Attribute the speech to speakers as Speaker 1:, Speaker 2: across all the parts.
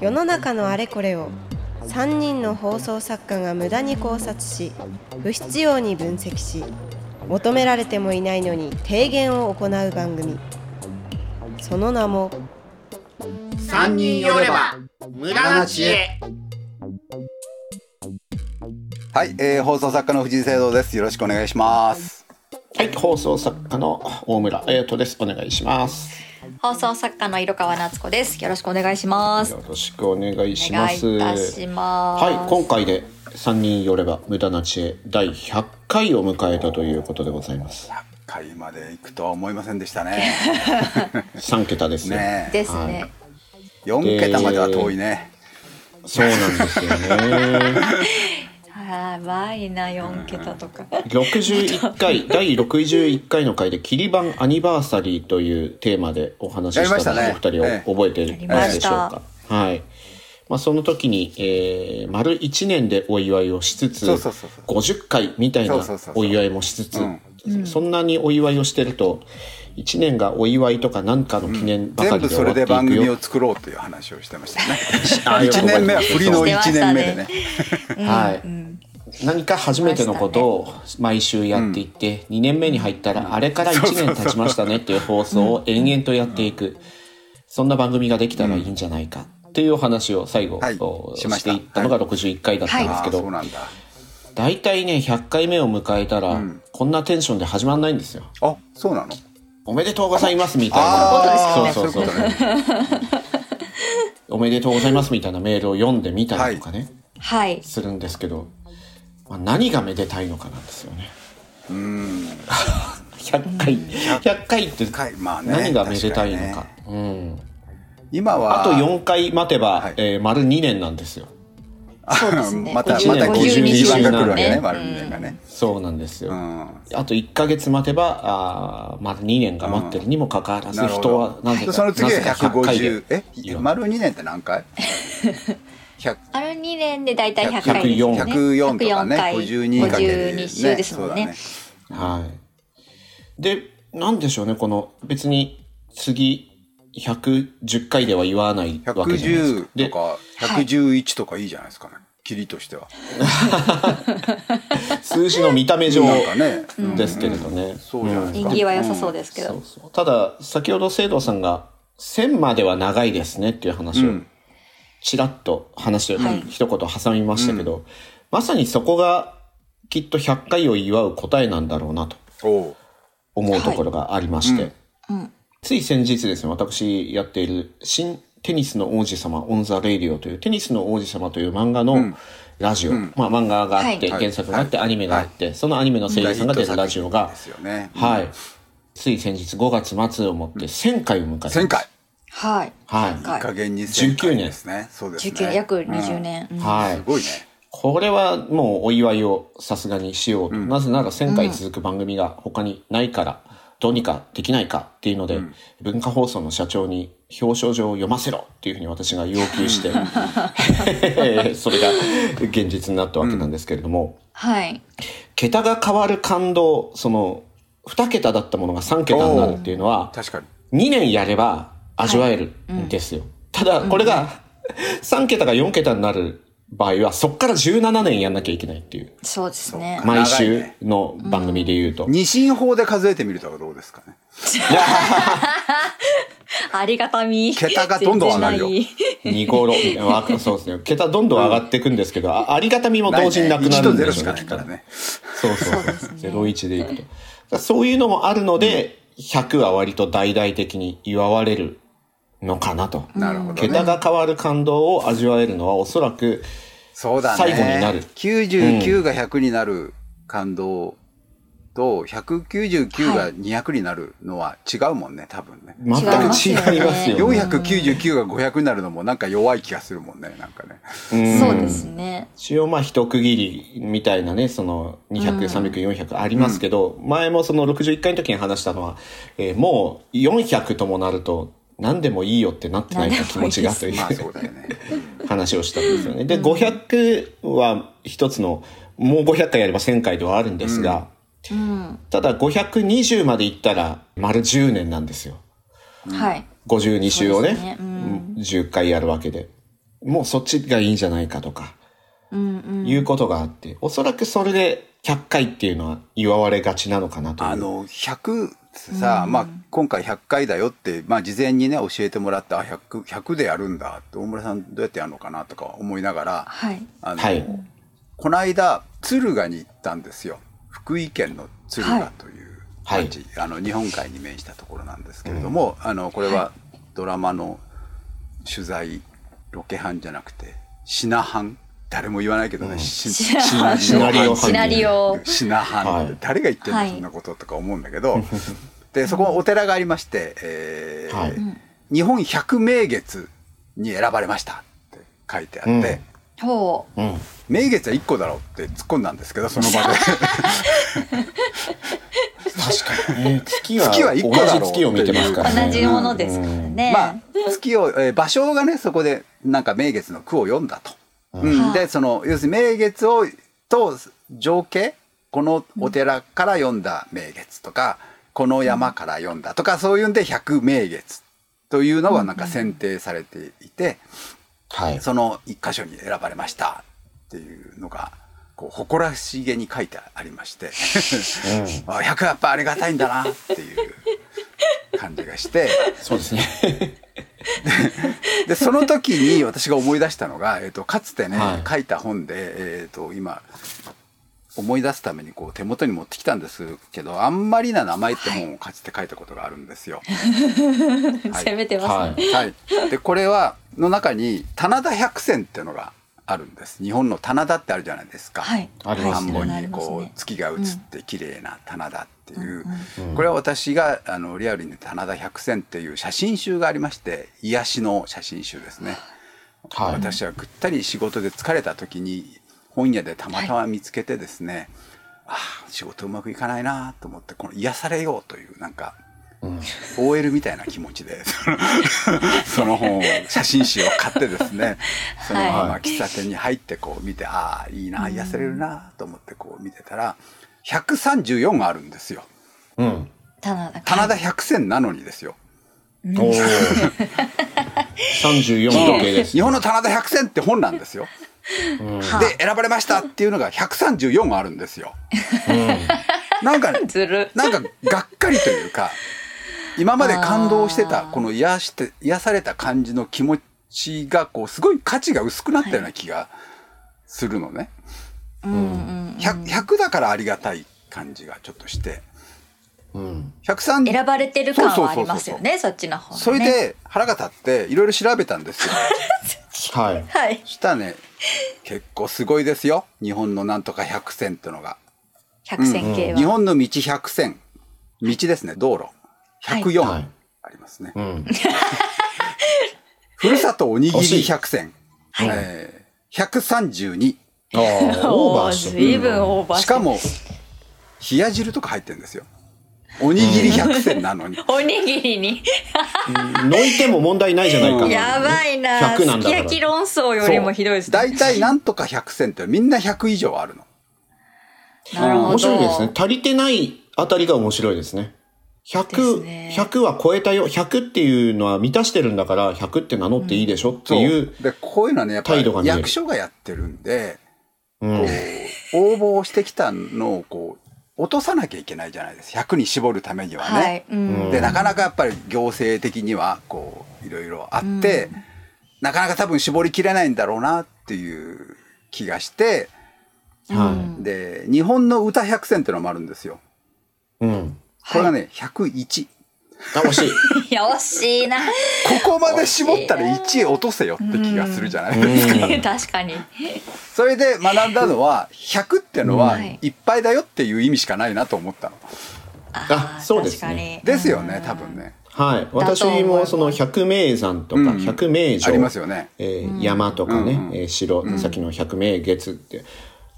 Speaker 1: 世の中のあれこれを3人の放送作家が無駄に考察し不必要に分析し求められてもいないのに提言を行う番組その名も
Speaker 2: 三人寄れば無駄な知恵
Speaker 3: はい、えー、放送作家の藤井聖堂です。よろしくお願いします。
Speaker 4: はい、放送作家の大村彩斗です。お願いします。
Speaker 5: 放送作家の色川夏子です。よろしくお願いします。
Speaker 4: よろしくお願いし
Speaker 5: お
Speaker 4: ま
Speaker 5: 願い
Speaker 4: す。
Speaker 5: いたします。
Speaker 4: はい、今回で三人寄れば無駄な知恵第100回を迎えたということでございます。
Speaker 3: 会まで行くとは思いませんでしたね。
Speaker 4: 三桁ですよ。
Speaker 3: ねえ、
Speaker 5: ですね。
Speaker 3: 四桁までは遠いね。
Speaker 4: そうなんですよね。
Speaker 5: やばいな四桁とか。
Speaker 4: 61回第61回の回で「切り版アニバーサリー」というテーマでお話ししたので
Speaker 3: やりま
Speaker 4: お二
Speaker 3: したね
Speaker 4: 人は覚えていますでしょうか
Speaker 5: や、
Speaker 4: はいまあ、その時に、えー丸1年でお祝いをしつつ
Speaker 3: そうそうそうそう
Speaker 4: 50回みたい
Speaker 3: そう
Speaker 4: な
Speaker 3: そうそうそう
Speaker 4: お祝いもしつつ
Speaker 3: うん
Speaker 4: そんなにお祝いをしてると1年がお祝いとか何かの記念ばか
Speaker 3: 全
Speaker 4: り
Speaker 3: 部
Speaker 4: で終
Speaker 3: そ
Speaker 4: わ
Speaker 3: れで
Speaker 4: っていくよ
Speaker 3: 番組を作ろうという話をしてました ね。
Speaker 4: ありがとう
Speaker 3: 一年
Speaker 4: ございます
Speaker 3: 目は振りの一年目でね。
Speaker 4: はい
Speaker 5: うん
Speaker 4: 何か初めてのことを毎週やっていって、2年目に入ったら、あれから1年経ちましたねっていう放送を延々とやっていく、そんな番組ができたらいいんじゃないかっていうお話を最後、
Speaker 3: はい
Speaker 4: お
Speaker 3: しま
Speaker 4: し
Speaker 3: した
Speaker 4: ていったのが61回だったんです
Speaker 3: あ
Speaker 4: け
Speaker 3: あ、そう
Speaker 4: ど、
Speaker 3: なんだ。
Speaker 4: 大体ね、100回目を迎えたら、こんなテンションで始まんないんですよ。
Speaker 3: あ、そうなの。
Speaker 4: おめでとうございますみたい
Speaker 3: あ
Speaker 4: な。
Speaker 3: あ、そういうことね。
Speaker 4: おめでとうございますみたいなメールを読んでみたりとかね、
Speaker 5: はい。
Speaker 4: するんですけど、まあ、何がめでたいのかなんですよね。
Speaker 3: うん、
Speaker 4: 100回、100回って
Speaker 3: 回まあね
Speaker 4: 何がめでたいのか
Speaker 3: 確。
Speaker 4: うん
Speaker 3: 今は
Speaker 4: あと4回待てば、
Speaker 3: はい
Speaker 4: えー丸2年なんですよ。
Speaker 5: そうです ね。
Speaker 3: また
Speaker 5: 50
Speaker 3: また
Speaker 4: 52
Speaker 3: 52番が来るわけね、
Speaker 4: ね
Speaker 3: 丸二年がね。
Speaker 4: そうなんですよ。
Speaker 3: うん。
Speaker 4: あと1ヶ月待てば、あー丸2年が待ってるにもかかわらず、
Speaker 3: なるほど
Speaker 4: 人はなぜか、
Speaker 3: その次は
Speaker 4: なぜか100回で
Speaker 3: 150。え、丸2年って何回100
Speaker 5: ある二年でだいたい100回ですよね。
Speaker 3: 104とかね
Speaker 5: 104回
Speaker 3: 52かける
Speaker 5: 52週ですもんね。
Speaker 4: はい。で、なんでしょうね、この、別に次、110回では言わない
Speaker 3: そう
Speaker 4: わ
Speaker 3: だね
Speaker 4: けじゃないです
Speaker 3: 110
Speaker 4: か。で
Speaker 3: とか111とかいいじゃないですかね切りとしては
Speaker 4: 数字の見た目上
Speaker 3: なんかね
Speaker 4: ですけれどね。
Speaker 3: そうじゃないです
Speaker 5: 人
Speaker 3: か
Speaker 5: 気は良さそうですけど。
Speaker 4: そうそうただ先ほど聖堂さんが「1000までは長いですね」っていう話をちらっと話して、一言挟みましたけど、まさにそこがきっと100回を祝う答えなんだろうなと
Speaker 3: おう
Speaker 4: 思うところがありまして、
Speaker 5: うんうん
Speaker 4: つい先日ですね私やっている新テニスの王子様オン・ザ・レイディオというテニスの王子様という漫画のラジオ、まあ漫画があって、
Speaker 3: はい
Speaker 4: 原作があって、アニメがあって、そのアニメの声優さんが出るラジオが
Speaker 3: で、すよね
Speaker 4: はい。つい先日5月末をもって1000回を迎えました
Speaker 3: 1000回
Speaker 5: はい。
Speaker 4: はい
Speaker 5: 100
Speaker 3: いい加
Speaker 5: 回。
Speaker 3: 減に1000
Speaker 4: 19
Speaker 3: 回ですねそうです
Speaker 5: 十
Speaker 3: ね
Speaker 5: 九約20年。うん
Speaker 4: は
Speaker 3: す
Speaker 4: い。
Speaker 3: ごいね
Speaker 4: これはもうお祝いをさすがにしようと。なぜなら1000回続く番組が他にないから、どうにかできないかっていうので、文化放送の社長に表彰状を読ませろっていうふうに私が要求して、 それが現実になったわけなんですけれども、
Speaker 5: はい。
Speaker 4: 桁が変わる感動、その、2桁だったものが3桁になるっていうのは、
Speaker 3: 確かに
Speaker 4: 2年やれば味わえるんですよ。ただ、これが3桁が4桁になる場合は、そっから17年やんなきゃいけないっていう。
Speaker 5: そうですね。
Speaker 3: う
Speaker 4: 毎
Speaker 3: 長い
Speaker 4: 週
Speaker 3: ね
Speaker 4: の番組で言うと。
Speaker 3: 二進法で数えてみるとどうですかね
Speaker 5: ありがたみ。
Speaker 3: 桁がどんどん上がるよ
Speaker 5: 全然ない
Speaker 4: 2頃、わそうですね。桁どんどん上がっていくんですけど、あありがたみも同時になくな
Speaker 3: 1
Speaker 4: る
Speaker 3: と
Speaker 4: んで
Speaker 3: 0
Speaker 4: し
Speaker 3: しか
Speaker 4: ょう
Speaker 3: な
Speaker 4: ね。
Speaker 3: いからね
Speaker 4: そうそうそう。01でいくと。だからそういうのもあるので、100は割と大々的に祝われるのかなと。
Speaker 3: なるほどね
Speaker 4: 桁が変わる感動を味わえるのはおそらく、
Speaker 3: そうだね。
Speaker 4: 最後になる
Speaker 3: 99が100になる感動と、199が200になるのは違うもんね、多分ね。
Speaker 4: 全く違いますよ、ね。
Speaker 3: 499が500になるのもなんか弱い気がするもんね、なんかね。
Speaker 4: うん
Speaker 5: そうですね。
Speaker 4: 一応まあ一区切りみたいなね、その200、300、400ありますけど、前もその61回の時に話したのは、えーもう400ともなると何でもいいよってなってないか気持ちが という
Speaker 3: まあそうだよね。
Speaker 4: 話をしたんですよね。で、500は一つの、もう500回やれば1000回ではあるんですが、
Speaker 5: うん。
Speaker 4: ただ520までいったら丸10年なんですよ。
Speaker 5: はい。
Speaker 4: 52週を
Speaker 5: そうです
Speaker 4: ね
Speaker 5: ねうん
Speaker 4: 10回やるわけでもうそっちがいいんじゃないかとか
Speaker 5: うんうん。
Speaker 4: いうことがあっておそらくそれで100回っていうのは祝われがちなのかなという
Speaker 3: あの100さあ、まあ、今回100回だよって、まあ、事前にね教えてもらってあ 100, 100でやるんだって大村さんどうやってやるのかなとか思いながら
Speaker 5: はい。
Speaker 3: あの、
Speaker 4: はい
Speaker 3: この間敦賀に行ったんですよ福井県の敦賀という
Speaker 4: はい
Speaker 3: 町、あの日本海に面したところなんですけれども、あのこれはドラマの取材ロケ班じゃなくて品班誰も言わないけどね、し
Speaker 5: シナ
Speaker 4: シナリオ
Speaker 5: シナリオ。
Speaker 3: 品
Speaker 4: は
Speaker 3: 半
Speaker 4: い
Speaker 3: 誰が言ってん
Speaker 5: は
Speaker 3: だ
Speaker 5: い
Speaker 3: そんなこととか思うんだけど、でそこはお寺がありまして、えー
Speaker 4: はい
Speaker 3: 日本百名月に選ばれました」って書いてあって、
Speaker 4: うん
Speaker 5: ほう。
Speaker 4: うん
Speaker 3: 名月は1個だろうって突っ込んだんですけどその場で
Speaker 4: 確かに、ね、月は
Speaker 3: 月は一個だろう
Speaker 4: 同じ月を見てますからね
Speaker 5: 同じものですからね。
Speaker 3: ま あ月を、えー場所がねそこでなんか名月の句を読んだと。うん、でその要するに名月をと情景このお寺から読んだ名月とか、この山から読んだとかそういうんで百名月というのがなんか選定されていて、
Speaker 4: はい
Speaker 3: その一箇所に選ばれましたっていうのがこう誇らしげに書いてありまして、 あ100やっぱありがたいんだなっていう感じがして。
Speaker 4: そうですね
Speaker 3: でその時に私が思い出したのが、えー、とかつてね、
Speaker 4: はい
Speaker 3: 書いた本で、えー、と今思い出すためにこう手元に持ってきたんですけど「あんまりな名前」って本をかつて書いたことがあるんですよ。
Speaker 5: 攻めてます
Speaker 4: は
Speaker 5: ね。
Speaker 4: い
Speaker 3: はい、でこれはの中に「棚田百選」っていうのがあるんです。日本の棚田ってあるじゃないですか。
Speaker 5: はい。
Speaker 4: あり
Speaker 5: はい
Speaker 4: ま
Speaker 3: 田
Speaker 4: す
Speaker 3: ん
Speaker 4: ね
Speaker 3: ぼ
Speaker 5: あ
Speaker 3: に
Speaker 5: ります
Speaker 3: こ
Speaker 5: ね
Speaker 3: う月が映って綺麗な棚田っていう、
Speaker 4: んうん
Speaker 3: これは私があのリアルに棚田百選っていう写真集がありまして癒しの写真集ですね。
Speaker 4: はい
Speaker 3: 私はぐったり仕事で疲れた時に本屋でたまたま見つけてですね、ああ仕事うまくいかないなと思ってこの癒されようというなんか、OL みたいな気持ちでそのその本を写真集を買ってですねそのまま
Speaker 4: は
Speaker 3: 喫茶店に入ってこう見てああいいな癒されるなと思ってこう見てたら134あるんですよ
Speaker 4: うん
Speaker 5: 棚田。
Speaker 3: 棚田100選なのにですよ。
Speaker 4: おお34時計です
Speaker 3: 日本の棚田100選って本なんですよ。
Speaker 5: は
Speaker 3: で選ばれましたっていうのが134あるんですよ。なんかね
Speaker 5: あ ずる。
Speaker 3: なんかがっかりというか今まで感動してた
Speaker 5: あー
Speaker 3: この癒して癒された感じの気持ちがこうすごい価値が薄くなったような気がするのね。
Speaker 5: うんうん。
Speaker 3: 100, 100だからありがたい感じがちょっとして
Speaker 4: うん
Speaker 3: 130
Speaker 5: 選ばれてる感はありますよね。そっちの方。
Speaker 3: それ。で腹が立っていろいろ調べたんですよ。
Speaker 4: はい
Speaker 5: はい。
Speaker 3: したらね結構すごいですよ日本のなんとか100選ってのが。
Speaker 5: 百戦系は。
Speaker 3: 日本の道100選道ですね道路104、
Speaker 4: はい
Speaker 3: ありますね、
Speaker 4: うん
Speaker 3: ふるさとおにぎり
Speaker 4: 惜しい
Speaker 3: 100選、
Speaker 5: はい
Speaker 3: えー132
Speaker 4: あーオーバーして
Speaker 5: 随分オーバー
Speaker 3: して
Speaker 5: る
Speaker 3: かも冷や汁とか入ってるんですよおにぎり100選な のに
Speaker 5: おにぎりに
Speaker 4: 抜いても問題ないじゃないか
Speaker 5: やばいな
Speaker 4: 100なん
Speaker 5: す
Speaker 4: だから
Speaker 5: き焼き論争よりもひどいですね
Speaker 3: 大体なんとか100選ってみんな100以上あるの
Speaker 5: なるほど
Speaker 4: 面白いですね足りてないあたりが面白いですね
Speaker 5: です
Speaker 4: 100、
Speaker 5: ね
Speaker 4: 100は超えたよ100っていうのは満たしてるんだから100って名乗っていいでしょっていう、
Speaker 3: でこういうのはねやっぱ
Speaker 4: 態
Speaker 3: り
Speaker 4: 度が見える
Speaker 3: 役所がやってるんで
Speaker 4: うん
Speaker 3: 応募をしてきたのをこう落とさなきゃいけないじゃないです100に絞るためにはね、
Speaker 5: はい、うん、
Speaker 3: でなかなかやっぱり行政的にはこういろいろあって、なかなか多分絞りきれないんだろうなっていう気がして
Speaker 4: は
Speaker 3: で日本の歌100選っていうのもあるんですよ。
Speaker 4: いうん
Speaker 3: これがね、101
Speaker 4: あ惜 しい
Speaker 5: いや惜しいな
Speaker 3: ここまで絞ったら1落とせよって気がするじゃないですか。
Speaker 5: 確かに
Speaker 3: それで学んだのは100っていうの
Speaker 5: う
Speaker 3: は
Speaker 5: ん
Speaker 3: いっぱいだよっていう意味しかないなと思ったの。
Speaker 5: あー
Speaker 4: そうですね
Speaker 5: 確かに
Speaker 3: ですよね多分ね。
Speaker 4: はい私もその百名山とか
Speaker 3: うん
Speaker 4: 百名
Speaker 3: あ
Speaker 4: 城、
Speaker 3: りますよね。
Speaker 4: えー山とかね、
Speaker 3: うんうん
Speaker 4: えー城、さっきの百名月って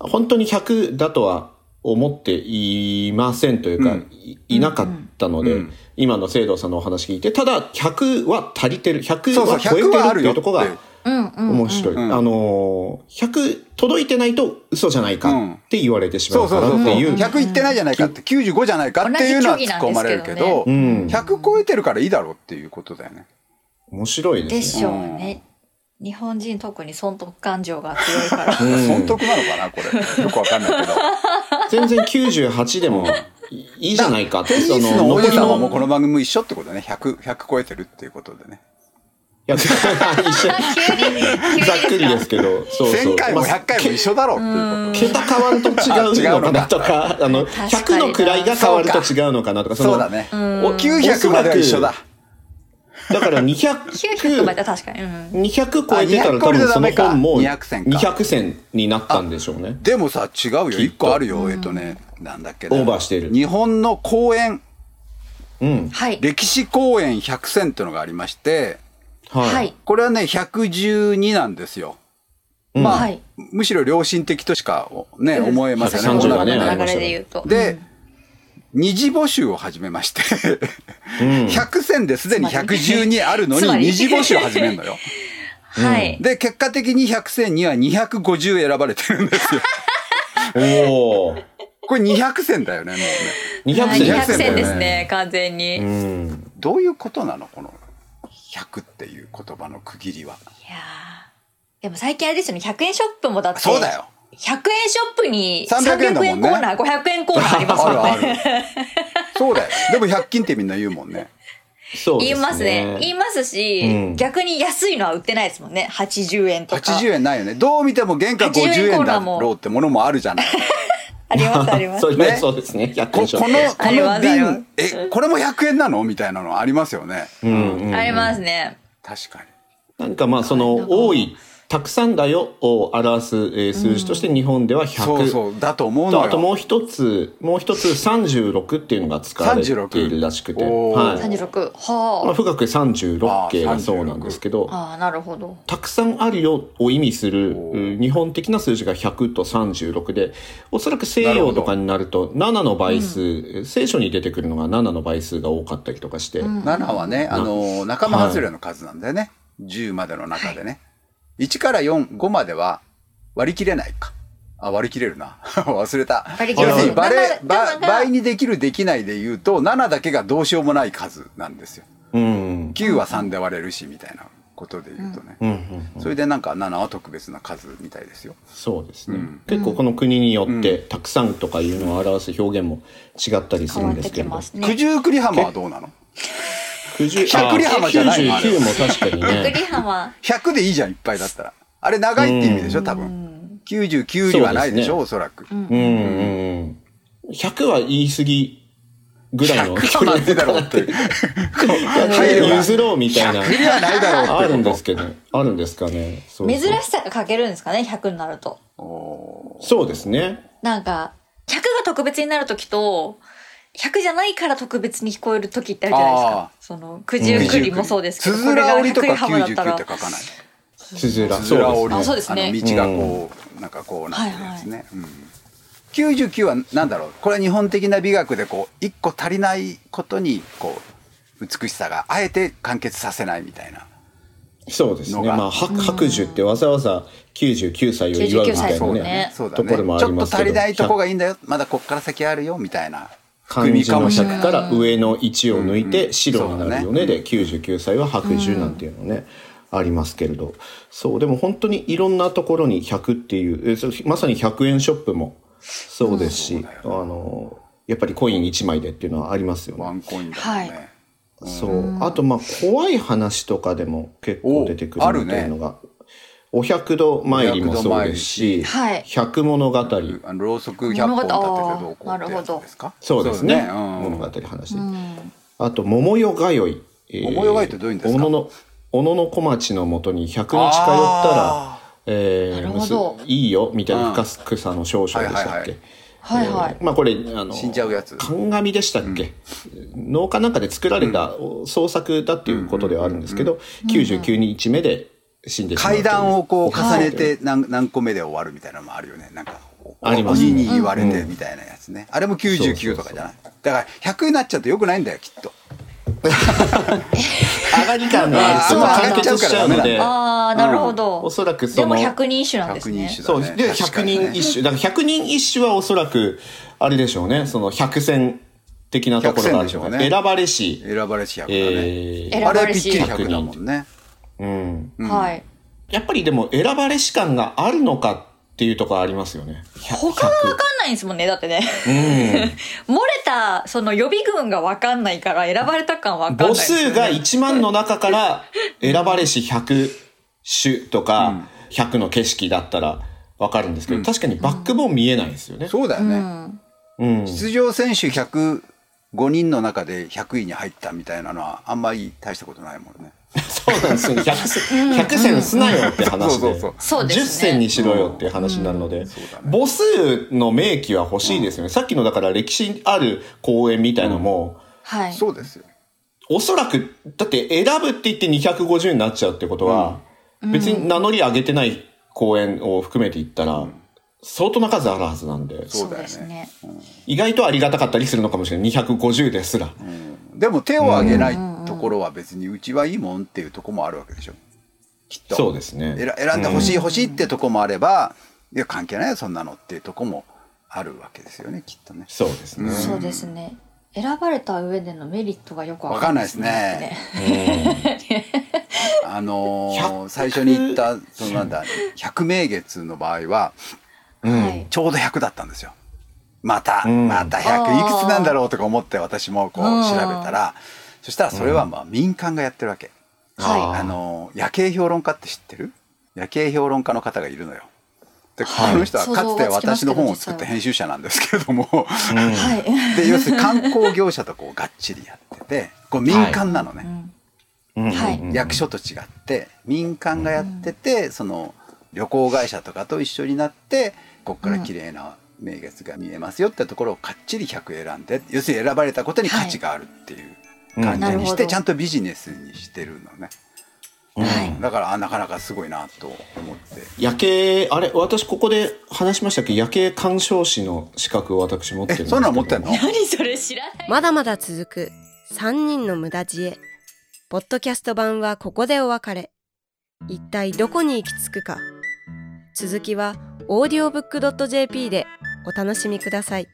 Speaker 4: 本当に100だとは思っていませんというか、
Speaker 3: うん
Speaker 4: いいなかったので、
Speaker 3: うん
Speaker 4: 今の聖堂さんのお話聞いてただ100は足りてる100
Speaker 3: そうそう
Speaker 4: は超えてる
Speaker 3: 100はあ
Speaker 4: っ
Speaker 3: る
Speaker 4: てい
Speaker 3: よ
Speaker 4: うところ
Speaker 3: って
Speaker 4: が
Speaker 5: うんうん
Speaker 4: 面白い、
Speaker 3: んうん
Speaker 4: あのー100届いてないと嘘じゃないかって言われてしま
Speaker 3: そう
Speaker 4: う
Speaker 3: そ
Speaker 4: か
Speaker 3: う
Speaker 4: ら
Speaker 3: そう
Speaker 4: っ
Speaker 3: そう
Speaker 4: ていう
Speaker 3: 100いってないじゃないかって95じゃないかっていうのは突っ込まれるけど
Speaker 4: 同じ競技なんですけどね
Speaker 3: 100超えてるからいいだろうっていうことだよね。
Speaker 4: 面白いですね。
Speaker 5: でしょうね。日本人特に損得感情が強いから。
Speaker 4: うん
Speaker 3: 損得なのかなこ れよくわかんないけど
Speaker 4: 全然98でもいいいじゃないか って、
Speaker 3: テ
Speaker 4: そ
Speaker 3: ニスの
Speaker 4: の、
Speaker 3: 王
Speaker 4: 残
Speaker 3: 子
Speaker 4: り
Speaker 3: さんは
Speaker 4: の
Speaker 3: もうこの番組も一緒ってことね 100, 100超えてるっていうことでね
Speaker 4: いや 一緒
Speaker 5: 急に、急に
Speaker 4: ざっくりですけど、そうそう。
Speaker 3: 1000回も
Speaker 4: まあ
Speaker 3: 100回も一緒だろうっていうこ
Speaker 4: 桁変わると違うのかなとか、あの、
Speaker 5: 確
Speaker 4: 100
Speaker 5: かに
Speaker 4: の位が変わると違うのかなとか、
Speaker 3: と
Speaker 4: の
Speaker 3: そうだね
Speaker 4: お
Speaker 3: 900までは一緒だ
Speaker 4: だから
Speaker 5: 900ま
Speaker 4: 200、
Speaker 5: で確かに。うん。
Speaker 4: 200超えてたら多分その本も
Speaker 3: 200線か
Speaker 4: 200線になったんでしょうね。
Speaker 3: でもさ違うよ
Speaker 4: きっと
Speaker 3: 1個あるよえっとねなんだっけな
Speaker 4: オーバーしてる
Speaker 3: 日本の公園
Speaker 4: うん。
Speaker 5: はい。
Speaker 3: 歴史公園100選っていうのがありまして
Speaker 5: は
Speaker 4: はいい。。
Speaker 3: これはね112なんですよ
Speaker 4: うん
Speaker 3: まあ、
Speaker 5: はい
Speaker 3: むしろ良心的としかね、思えません
Speaker 4: 130
Speaker 3: ね。
Speaker 4: がね
Speaker 3: この中
Speaker 5: 流れで言うと。
Speaker 3: で、二次募集を始めまして、
Speaker 4: うん
Speaker 3: 100選ですでに112あるの
Speaker 5: つ
Speaker 3: に
Speaker 5: まり
Speaker 3: 二次募集を始めるのよ。
Speaker 5: はい。
Speaker 3: で、結果的に100選には250選ばれてるんです よ。
Speaker 4: おー。
Speaker 3: これ200選だよね、もうね。
Speaker 4: 200
Speaker 5: はい
Speaker 4: 線
Speaker 5: 200
Speaker 3: だよ
Speaker 5: 線
Speaker 3: ね
Speaker 5: ですね、完全
Speaker 4: う
Speaker 5: に。い
Speaker 4: ん。
Speaker 3: どういうことなのこの100っていう言葉の区切りは。
Speaker 5: やーでも最近あれですよね、100円ショップもだって。
Speaker 3: そうだよ。
Speaker 5: 100円ショップに
Speaker 3: 300円
Speaker 5: 300円
Speaker 3: だもんね
Speaker 5: コーナー、500円コーナーあります
Speaker 3: あ
Speaker 5: もん
Speaker 3: る
Speaker 5: ね。
Speaker 3: ある。そうだよ。でも100均ってみんな言うもん ね。
Speaker 4: そうですね。
Speaker 5: 言いますね。言いますし、
Speaker 4: うん
Speaker 5: 逆に安いのは売ってないですもんね。80円とか。
Speaker 3: 80円ないよね。どう見ても原価
Speaker 5: 80
Speaker 3: 50
Speaker 5: 円コ
Speaker 3: 円
Speaker 5: ーナ
Speaker 3: だ
Speaker 5: ーも
Speaker 3: ろうってものもあるじゃない。
Speaker 5: ありますあります
Speaker 4: そ。れ
Speaker 3: ね
Speaker 4: そうですね。100
Speaker 3: こ
Speaker 4: 円ショッ
Speaker 3: こ
Speaker 4: プ
Speaker 3: の
Speaker 5: あ
Speaker 3: こ
Speaker 5: りま
Speaker 3: の
Speaker 5: すあります
Speaker 3: 瓶えこれも100円なのみたいなのありますよね
Speaker 4: うんうん
Speaker 5: ありますね。
Speaker 3: 確かに
Speaker 4: なんかまあその多い、たくさんだよを表すえー数字として日本では100。
Speaker 3: そうそうだと思う
Speaker 4: と
Speaker 3: の
Speaker 4: あとも
Speaker 3: よ
Speaker 4: う一つ、もう一つ36っていうのが使われているらしくて、
Speaker 3: 36おー
Speaker 4: はい。
Speaker 5: 36。
Speaker 4: まあ、
Speaker 5: は
Speaker 4: 富岳36系がそうなんですけど
Speaker 5: あ。、ああ、なるほど。
Speaker 4: たくさんあるよを意味する
Speaker 3: お
Speaker 4: うん日本的な数字が100と36でおそらく西洋とかになると7の倍数、聖書に出てくるのが7の倍数が多かったりとかして、
Speaker 3: 7はねあの仲間外れの数なんだよね10までの中でね1から45までは割り切れないかあ割り切れるな 忘れた
Speaker 5: 割り切
Speaker 3: 要
Speaker 5: れ
Speaker 3: する
Speaker 5: ない
Speaker 3: にバレ
Speaker 5: 7
Speaker 3: ば
Speaker 5: 7が
Speaker 3: 倍にできるできないで言うと7だけがどうしようもない数なんですよ
Speaker 4: うん
Speaker 3: 9は3で割れるしみたいなことで言うとね
Speaker 4: うんうん、
Speaker 3: それでなんか7は特別な数みたいですよ
Speaker 4: そうですね、
Speaker 3: うん
Speaker 4: 結構この国によってたくさんとかいうのを表す表現も違ったりす
Speaker 5: 変
Speaker 4: るん
Speaker 5: わっ
Speaker 4: で
Speaker 5: て
Speaker 4: すけ
Speaker 5: き
Speaker 4: ど
Speaker 5: ます
Speaker 3: 九
Speaker 5: ね。
Speaker 3: 十九里浜はどうなの
Speaker 4: 九十
Speaker 3: 百里浜じゃないのあれ
Speaker 4: 99も確かに
Speaker 5: 百
Speaker 4: ね
Speaker 5: 里浜。
Speaker 3: 100でいいじゃんいっぱいだったらあれ長いって意味でしょ多分99にはないでしょ
Speaker 4: そ
Speaker 3: おそらく
Speaker 4: うんうんうん100は言い過ぎぐらいの
Speaker 3: 100はなんでだろうっ ていう配慮が
Speaker 4: 譲ろうみたいな
Speaker 3: 100にはないだろうって
Speaker 4: あるんですけどあるんですかねそうそう
Speaker 5: 珍しさが欠けるんですかね、100になると。
Speaker 3: お
Speaker 4: そうですね。
Speaker 5: なんか、100が特別になるときと、100じゃないから特別に聞こえるときってあるじゃないです
Speaker 3: あ
Speaker 5: か。その、九十九里もそうですけど、
Speaker 3: つ
Speaker 5: こ
Speaker 3: づ
Speaker 5: れが
Speaker 3: ら折りとか
Speaker 5: 百里浜だった
Speaker 3: 99
Speaker 5: ら
Speaker 3: って書かない
Speaker 4: つづら。
Speaker 3: つづら
Speaker 4: そ
Speaker 3: 折
Speaker 4: うで
Speaker 3: り
Speaker 5: あそうですね
Speaker 3: あの道がこうなんかこうなってるやつねうん99はなんだろうこれは日本的な美学でこう一個足りないことにこう美しさがあえて完結させないみたいな
Speaker 4: すそうです
Speaker 3: の
Speaker 4: ね。
Speaker 3: が
Speaker 4: まあ、は白寿ってわざわざ99歳を祝うみたい
Speaker 5: そ
Speaker 3: そうだ
Speaker 4: な
Speaker 5: うだ
Speaker 4: ね
Speaker 5: ね
Speaker 3: ね。そうだ
Speaker 4: と
Speaker 3: ね
Speaker 4: ころもあ
Speaker 3: ち
Speaker 4: り
Speaker 3: ょ
Speaker 4: ま
Speaker 3: っ
Speaker 4: す
Speaker 3: と
Speaker 4: けど。
Speaker 3: 足りないとこがいいんだよまだこっから先あるよみたいな
Speaker 4: 漢字の100から上の1を抜いて白になるよねで99歳は白寿なんていうのねありますけれどそうでも本当にいろんなところに100っていうえそうまさに100円ショップもそうですしあのやっぱりコイン1枚でっていうのはありますよね
Speaker 3: ワ。ンコインだもんね、
Speaker 5: はい
Speaker 4: そう。あと、まあ、怖い話とかでも結構出てくる
Speaker 3: お
Speaker 4: な
Speaker 3: あ
Speaker 4: と
Speaker 3: るね
Speaker 4: いうのが、お百度参りもそうですし、
Speaker 5: お百度参りはい
Speaker 4: 百物語、
Speaker 3: あのろうそく100本立ててどうこうってやつですか
Speaker 4: そうですね。
Speaker 3: う
Speaker 4: 物
Speaker 3: ん、
Speaker 4: 語話で。あと、桃よがよい。えー
Speaker 3: 桃よがよいってどういうんですか
Speaker 4: 小野の小野の小町のもとに100日通ったら
Speaker 3: あ、
Speaker 4: えー
Speaker 5: なるほど
Speaker 4: むすいいよみたいな深草の少々でしたっけ、
Speaker 3: はいはいはい
Speaker 5: はいはい
Speaker 4: え。ーまあこれあの
Speaker 3: 死んじゃうやつ
Speaker 4: 神でしたっけ、農家なんかで作られた創作だっていうことではあるんですけど、99日目で死んでしまうと
Speaker 3: 階
Speaker 4: いう
Speaker 3: 段をこう重ねて何,、何個目で終わるみたいなのもあるよねなんかお
Speaker 4: ありますね
Speaker 3: 鬼に言われてみたいなやつね、あれも99とかじゃないだから100になっちゃうとよくないんだよきっと
Speaker 4: 上がり感 がある
Speaker 5: そう
Speaker 4: まあ
Speaker 5: 上
Speaker 4: 完
Speaker 5: がっち
Speaker 3: ゃ
Speaker 4: 結
Speaker 3: うか
Speaker 4: し
Speaker 3: ら
Speaker 4: ちゃうので
Speaker 5: ああ、なるほど。
Speaker 4: おそらくそ
Speaker 5: で
Speaker 4: の
Speaker 5: も100人一首なんですね
Speaker 3: 100。人
Speaker 4: そう
Speaker 3: だね
Speaker 4: で
Speaker 3: 確
Speaker 4: 100
Speaker 3: かにね
Speaker 4: 人一首だから100人一首はおそらくあれでしょうねその100戦っ的なところがあ
Speaker 3: 100
Speaker 4: るの
Speaker 3: 選でしょう
Speaker 4: が、
Speaker 3: ね
Speaker 4: 選ばれし、
Speaker 3: 選ばれし役だね、
Speaker 4: え
Speaker 5: え
Speaker 4: ー
Speaker 5: 選
Speaker 3: あ
Speaker 5: ば
Speaker 3: れ
Speaker 5: れ
Speaker 3: ぴっ
Speaker 5: し
Speaker 3: ちり100だもんね
Speaker 4: うん、
Speaker 3: うん
Speaker 5: はい。
Speaker 4: やっぱりでも選ばれし感があるのかっていうところありますよね。
Speaker 5: 他はわかんないんですもんね、だってね。
Speaker 4: う
Speaker 5: 漏れた、その予備軍がわかんないから、選ばれた感わか
Speaker 4: ん、
Speaker 5: んない
Speaker 4: 母
Speaker 5: ですよね、
Speaker 4: 数が1万の中から選ばれし100種とか100の景色だったらわかるんですけど、確かにバックボーン見えないですよね。
Speaker 3: そうだよね、
Speaker 4: うん。
Speaker 3: 出場選手105人の中で100位に入ったみたいなのはあんまり大したことないもんね
Speaker 4: そうなんですよね。100戦、100戦すなよって話
Speaker 3: そう
Speaker 4: で。
Speaker 3: そう
Speaker 5: そうですね
Speaker 4: 10戦にしろよっていう話になるので、母数の明記は欲しいですよね。さっきのだから歴史ある公園みたいのも、
Speaker 5: はい。
Speaker 3: そうですよ
Speaker 4: おそらく、だって選ぶって言って250になっちゃうってことは、別に名乗り上げてない公園を含めていったら、相当な数あるはずなんで、
Speaker 3: そうだよね
Speaker 5: ですね。
Speaker 4: 意外とありがたかったりするのかもしれない。250ですら。
Speaker 3: でも手を挙げないところは別にうちはいいもんっていうところもあるわけでしょきっと
Speaker 4: そうですね。
Speaker 3: 選選んでほしい欲しいってとこもあれば、いや関係ないよそんなのっていうとこもあるわけですよねきっとね
Speaker 4: そうですね。
Speaker 5: そうですね。選ばれた上でのメリットがよくわ
Speaker 3: わ
Speaker 5: か
Speaker 3: かん
Speaker 5: んな
Speaker 3: ないい
Speaker 5: で
Speaker 3: ですす
Speaker 5: ね
Speaker 3: ね。あのー
Speaker 4: 100
Speaker 3: 最初に言ったそのなんだ百名月の場合は
Speaker 5: はい。
Speaker 3: ちょうど100だったんですよまた、
Speaker 4: うん
Speaker 3: また
Speaker 5: あ
Speaker 3: 100
Speaker 5: ー
Speaker 3: いくつなんだろうとか思って私もこう
Speaker 5: うん
Speaker 3: 調べたらそしたらそれはまあ民間がやってるわけ、
Speaker 5: は
Speaker 3: あのー夜景評論家って知ってる夜景評論家の方がいるのよでこ
Speaker 4: はい
Speaker 3: の人はかつて
Speaker 5: 想像がつきます
Speaker 3: 私
Speaker 5: けど
Speaker 3: の本を作った編集者なんですけれども、
Speaker 5: い。はい。
Speaker 3: で要するに観光業者とこうがっちりやっててこう民間なのね、
Speaker 4: うん
Speaker 5: はい
Speaker 3: 役所と違って民間がやってて、その旅行会社とかと一緒になってこっから綺麗な名月が見えますよってところをかっちり100選んで要するに選ばれたことに価値があるっていう感じに
Speaker 5: なるほ
Speaker 3: して、
Speaker 5: ど
Speaker 3: ちゃんとビジネスにしてるのね、
Speaker 5: はい。
Speaker 3: だからあなかなかすごいなと思って
Speaker 4: 夜景、あれ、私ここで話しましたっけ夜景鑑賞士の資格を私持ってるん
Speaker 3: え
Speaker 4: ですけど。
Speaker 3: そんなの持ってんの
Speaker 5: 何それ知らない。
Speaker 1: まだまだ続く3人の無駄知恵。ポッドキャスト版はここでお別れ。一体どこに行き着くか。続きは audiobook.jp でお楽しみください。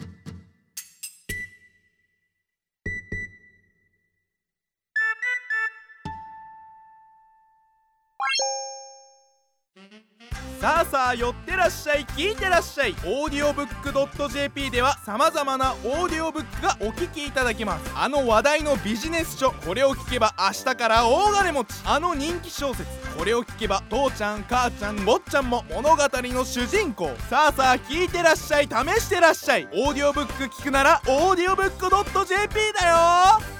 Speaker 6: さあさあ寄ってらっしゃい聞いてらっしゃいオーディオブックドット JP ではさまざまなオーディオブックがお聞きいただけますあの話題のビジネス書これを聞けば明日から大金持ちあの人気小説これを聞けば父ちゃん母ちゃん坊ちゃんも物語の主人公さあさあ聞いてらっしゃい試してらっしゃいオーディオブック聞くならオーディオブックドット JP だよ